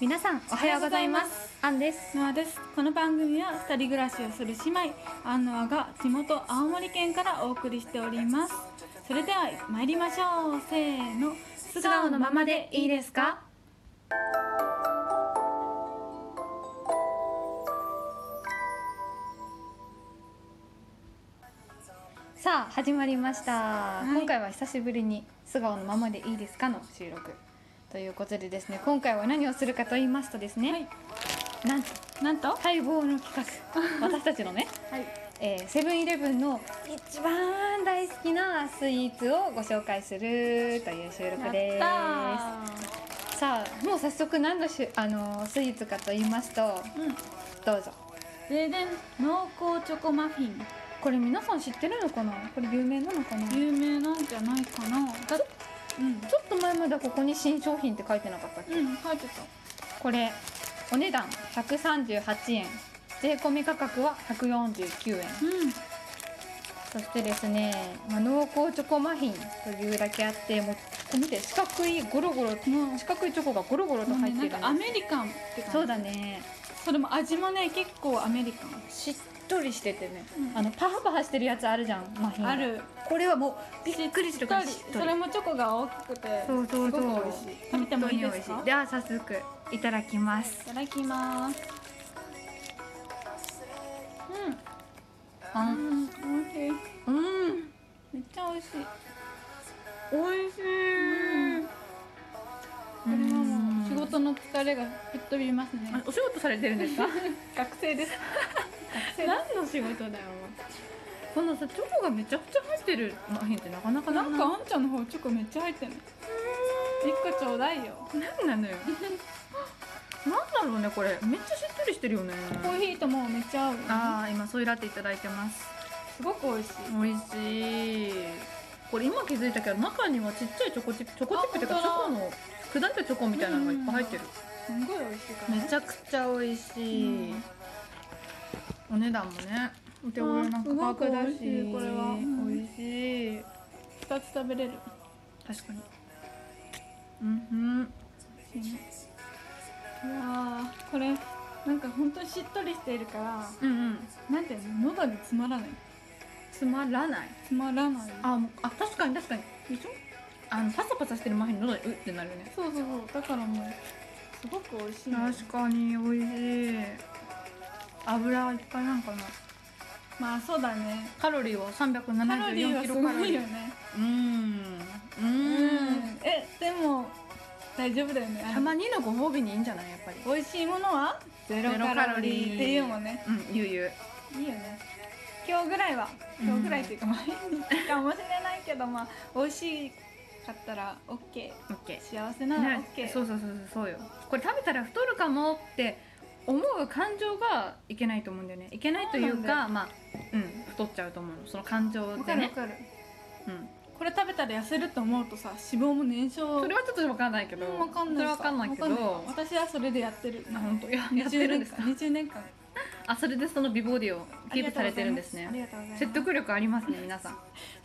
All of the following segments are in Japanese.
皆さんおはようございますアンですノアですこの番組は二人暮らしをする姉妹アンノアが地元青森県からお送りしておりますそれでは参りましょうせーの素素顔のままでいいですかさあ始まりました、い今回は久しぶりに素顔のままでいいですかの収録ということでですね今回は何をするかと言いますとですね、はいなんとなんとは待望の企 画私たちのねいえーセブンイレブンの一番大好きなスイーツをご紹介するという収録でやっすさあもう早速何のしゅあのースイーツかと言いますとたーうんどうぞででん濃厚チョコマフィンこれ皆さん知ってるのかなこれ有名なのかなちょ有名なんじゃないかなだうんっと前までここに新商品って書いてなかったっけうん書いてたこれお値段138円税込み価格は149円うんそしてですね、まあ、濃厚チョコマフィンというだけあってもうこれ見て四角いゴロゴロ、四角いチョコがゴロゴロともう入ねってなるんかアメリカンって感じそうだねそれも味もね結構アメリカンしっとりしててね、うんあのパハパハしてるやつあるじゃんマフィンがあるこれはもうびっくりするからしっとそりれもチョコが大きくてそうそうそうすごく美味しい食べてもい本当にいです美味しかいでは早速いただきますいただきますうあん、うん、美味しいうんめっちゃ美味しい美味しい、うんこれはもう仕事の疲れが吹っ飛びますねお仕事されてるんですか学生 です学生です何の仕事だよ このさチョコがめちゃくちゃ入ってるマフィンってなかなかなんかあんちゃんの方チョコめっちゃ入ってる一個ちょうだいよ何なの よなんだろうねこれめっちゃしっとりしてるよねコーヒーともうめっちゃ合うよねああ今ソイラテいただいてますすごく美味しい美味しいこれ今気づいたけど中にはちっちゃいチョコチップチョコチップっていうかあチョコ本の砕いたチョコみたいなのがいっぱい入ってるすんごい美味しいから、めね、ちゃくちゃ美味しい、うんお値段もねお手頃な価格だしあすごく美味しいこれは美味しい2つ食べれる確かにうんうんいやーこれなんか本当にしっとりしているからうんうんなんていうの喉につまらないつまらないつまらないあもうあ確かに確かにでしょあのパサパサしてるマフィン喉にうってなるねそうそうそうだからもうすごく美味しいの確かに美味しい油いっぱいなんかなまあそうだねカロリーはカロリ374ーはキすロごカロいリよーねうんううんえでも大丈夫だよねあれたまにのご褒美にいいんじゃないやっぱり美味しいものはゼロカロリーっていうもんねうんゆうゆういいよね今日ぐらいは今日ぐらいっていうか毎日かもしれないけどまあ美味しかったら OK オッケ幸せならー OK そうそうそうそうそうよこれ食べたら太るかもって思う感情がいけないと思うんだよねいけないというそうなかまあうん太っちゃうと思うのその感情わかでるわねかるうんこれ食べたら痩せると思うとさ脂肪も燃焼それはちょっとわかんないけどうんわかんそないれはわかんないけどわかんない私はそれでやってるあ本当いややってるんですか20年間あそれでその美ボディをキープされてるんですありねがとうございます説得力ありますね皆さん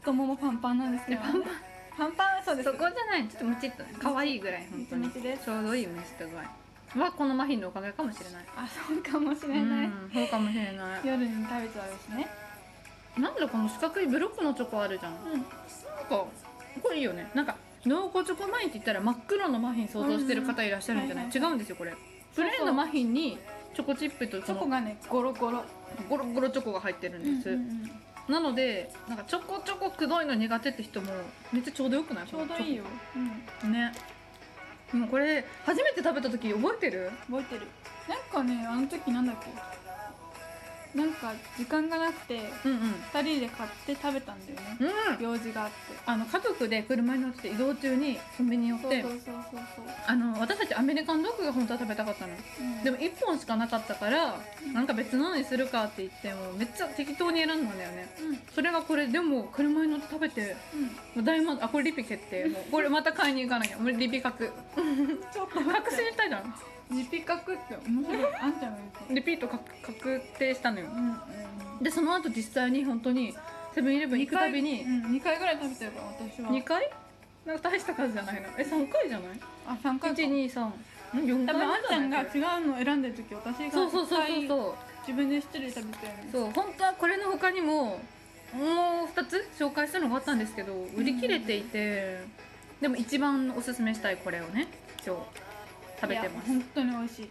太ももパンパンなんですけどパンパンパンパンそうですそこじゃないちょっとムチっとね可愛いぐらい本当にムチムチですちょうどいいムチっと具合はこのマフィンのおかげかもしれないあそうかもしれない、うんそうかもしれない夜に食べちゃうしねなんだこの四角いブロックのチョコあるじゃんなんかうんこれいいよねなんか濃厚チョコマフィンって言ったら真っ黒のマフィン想像してる方いらっしゃるんじゃない、うん違うんですよこれプレーンのマフィンにチョコチップとチそョコのがねゴロゴロゴロゴロチョコが入ってるんです、うんうんうんなのでなんかちょこちょこくどいの苦手って人もめっちゃちょうどよくないちょうどいいよよ、うん、ねでもこれ初めて食べた時覚えてる覚えてるなんかねあの時なんだっけなんか時間がなくてうんうん2人で買って食べたんだよねうん用事があってあの家族で車に乗ってて移動中にコンビニ寄っそうそうてそうそうそうあの私たちアメリカンドッグが本当は食べたかったのうんでも1本しかなかったからなんか別なのにするかって言ってもめっちゃ適当に選んだんだよねうんそれがこれでも車に乗って食べてもう大満足あこれリピ決定もうこれまた買いに行かなきゃもうリピ確ちょっと確信したじゃんリピカクって面白いあんちゃんが言うとリピート確確定したのようんうんでその後実際に本当にセブンイレブン行くたびにうん、2回ぐらい食べてるから私は2回なんか大した数じゃないのえ3回じゃないあ三回か ?123 4多分あんちゃんが違う違うのを選んでる時私がそうそうそうそううそう自分で一人で食べたよねそう本当はこれの他にももう2つ紹介したのがあったんですけど売り切れていて、でも一番おすすめしたいこれをね今日食べてますいや本当に美味しい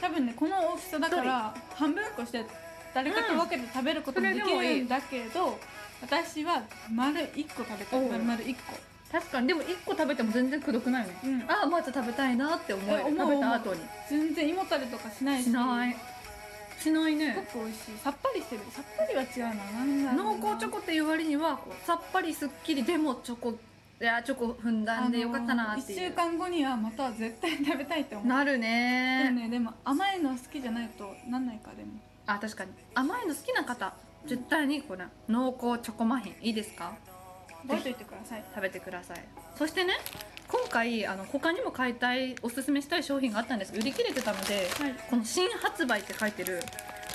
多分ねこの大きさだから半分こして誰かと分けて食べることもうんでそれきでもいいるんだけど、私は丸1個食べたおう丸々1個確かにでも1個食べても全然くどくないよね、うんああまず食べたいなって思えるえ思う食べた思う後に全然胃もたれとかしないししないしないすごねく美味しいさっぱりしてるさっぱりは違うななんだろ濃うな厚チョコっていう割にはこうさっぱりすっきりでもチョコいやチョコふんだんでよかったなっていう、あの1週間後にはまた絶対食べたいって思うなるでもねねでも甘いの好きじゃないとなんないかでもあ確かに甘いの好きな方絶対にこれ濃厚チョコマフィンいいですか覚えておいてください食べてくださいそしてね今回あの他にも買いたいおすすめしたい商品があったんです売り切れてたのではいこの新発売って書いてる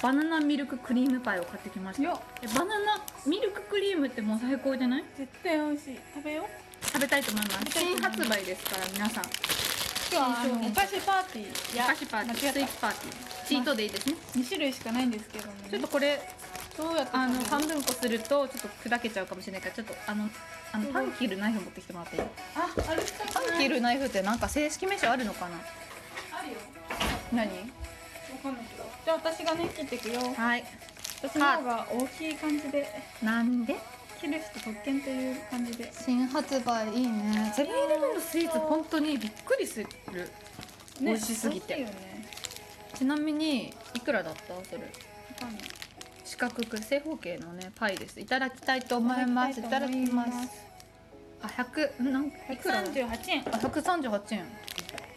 バナナミルククリームパイを買ってきましたよえバナナミルククリームってもう最高じゃない絶対美味しい食べよう食べたいと思いまべすたいと新思います発売ですから皆さん今日はあそうそうのお菓子パーティーやお菓子パーティースイ間違ーっツパーティーチートデイですねた2種類しかないんですけどもねちょっとこれどうやってあの食半べる分こするとちょっと砕けちゃうかもしれないからちょっとあのあのパン切るナイフ持ってきてもらっていいあ歩きたくパないン切るナイフってなんか正式名称あるのかなあるよ何わかんないけどじゃあ私がね切っていくよはい私の方が大きい感じでなんで切る人特権という感じで新発売いいねセブンイレブンのスイーツ本当にびっくりする美味しすぎて美味しいよねちなみにいくらだったそれわかんない四角く正方形のねパイですいただきたいと思いますいただきますあ百なんいくらだ138円いあ百三十八円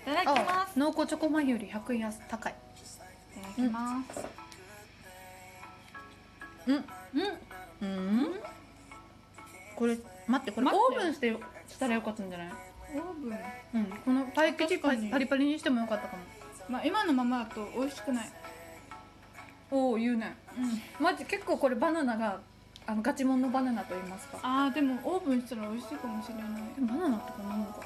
ただきまあす濃厚チョコマンより100円安高いいただきますうんううんこれ待ってこれ待っオてーブンしてしたらよかったんじゃないんオーブンうんこのパイ生地パ確かリにパリパリにしてもよかったかもまあ今のままだと美味しくないおお言うねうんマジ結構これバナナがあのガチモンのバナナと言いますかあーでもオーブンしたら美味しいかもしれないでもバナナとかなんか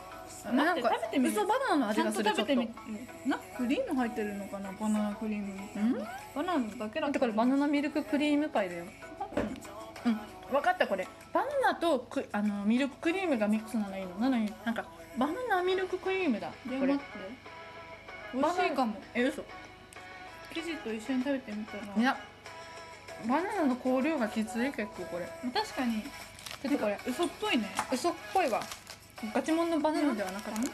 待って食べてみる嘘バナナの味ちゃがんとする食ちょべっとてみなクリーム入ってるのかなバナナクリームみたいんなバナナだけだだからバナナミルククリームパイだようん分かったこれバナナとくあのミルククリームがミックスなのいいのなのになんかバナナミルククリームだいやこ待っれて美味しいかもえ嘘生地と一緒に食べてみたいらやバナナの香料がきつい結構これ確かにちょっとこれ嘘っぽいね嘘っぽいわガチモンのバナナではなかあっん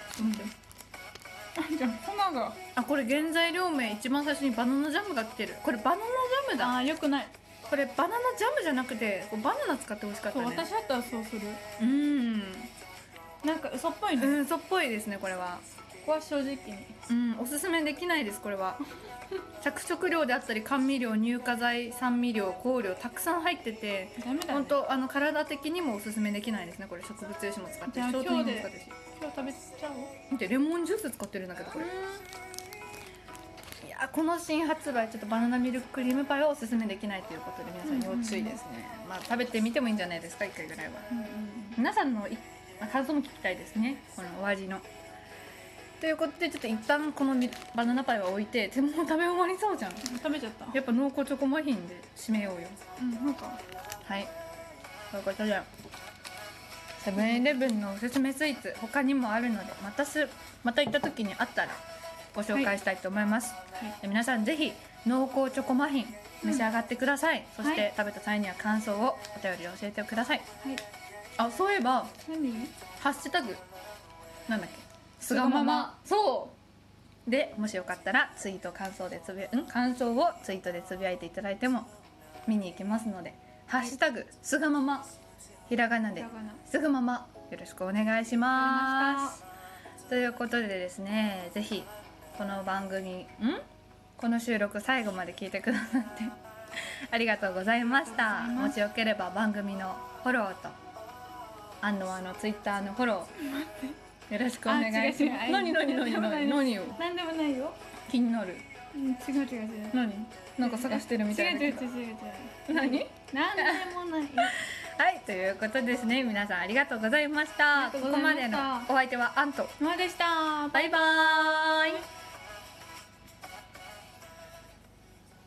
た、じゃん粉があこれ原材料名一番最初にバナナジャムが来てるこれバナナジャムだあーよくないこれバナナジャムじゃなくてこうバナナ使ってほしかったそうね私だったらそうするうーんなんか嘘っぽいねうん嘘っぽいですねこれはここは正直にうんおすすめできないですこれ は着色料であったり甘味料乳化剤酸味料香料たくさん入っててダメだね本当あの体的にもおすすめできないですねこれ植物油脂も使ってじゃある消今日灯油もで使ってるし今日食べちゃ見てレモンジュース使ってるんだけどおこうれいやーこの新発売ちょっとバナナミルククリームパイはおすすめできないということで皆さん要注意ですね、まあ食べてみてもいいんじゃないですか1回ぐらいはうんうん皆さんのい感想も聞きたいですねこのお味のということでちょっと一旦このみバナナパイは置いてでもう食べ終わりそうじゃんうん食べちゃったやっぱ濃厚チョコマフィンで締めようようんなんかはいということでセブンイレブンのおすすめスイーツ他にもあるのでまたすまた行った時にあったらご紹介したいと思います、はいで皆さんぜひ濃厚チョコマフィン召し上がってください、そして、はい食べた際には感想をお便りで教えてくださいはいあそういえば何ハッシュタグなんだっけすがままそうでもしよかったらツイート感想でつぶやん感想をツイートでつぶやいていただいても見に行きますので「ハッシュタグすがまま」ひらがなでだからすぐままよろしくお願いしわまかりすということでですねぜひこの番組んこの収録最後まで聞いてくださって ありがとうございましたありがとうございますもしよければ番組のフォローとアンノアのツイッターのフォローよろしくお願いしまあす違う違う何何何何何を何でもないよ気になるうん違う違う違う何なんか探してるみたいな違う違う違う違う違う何何でも ないはいということですね皆さんありがとうございましたありがとこうごこざいまましたでのお相手はアンとまあでしたバイバーイ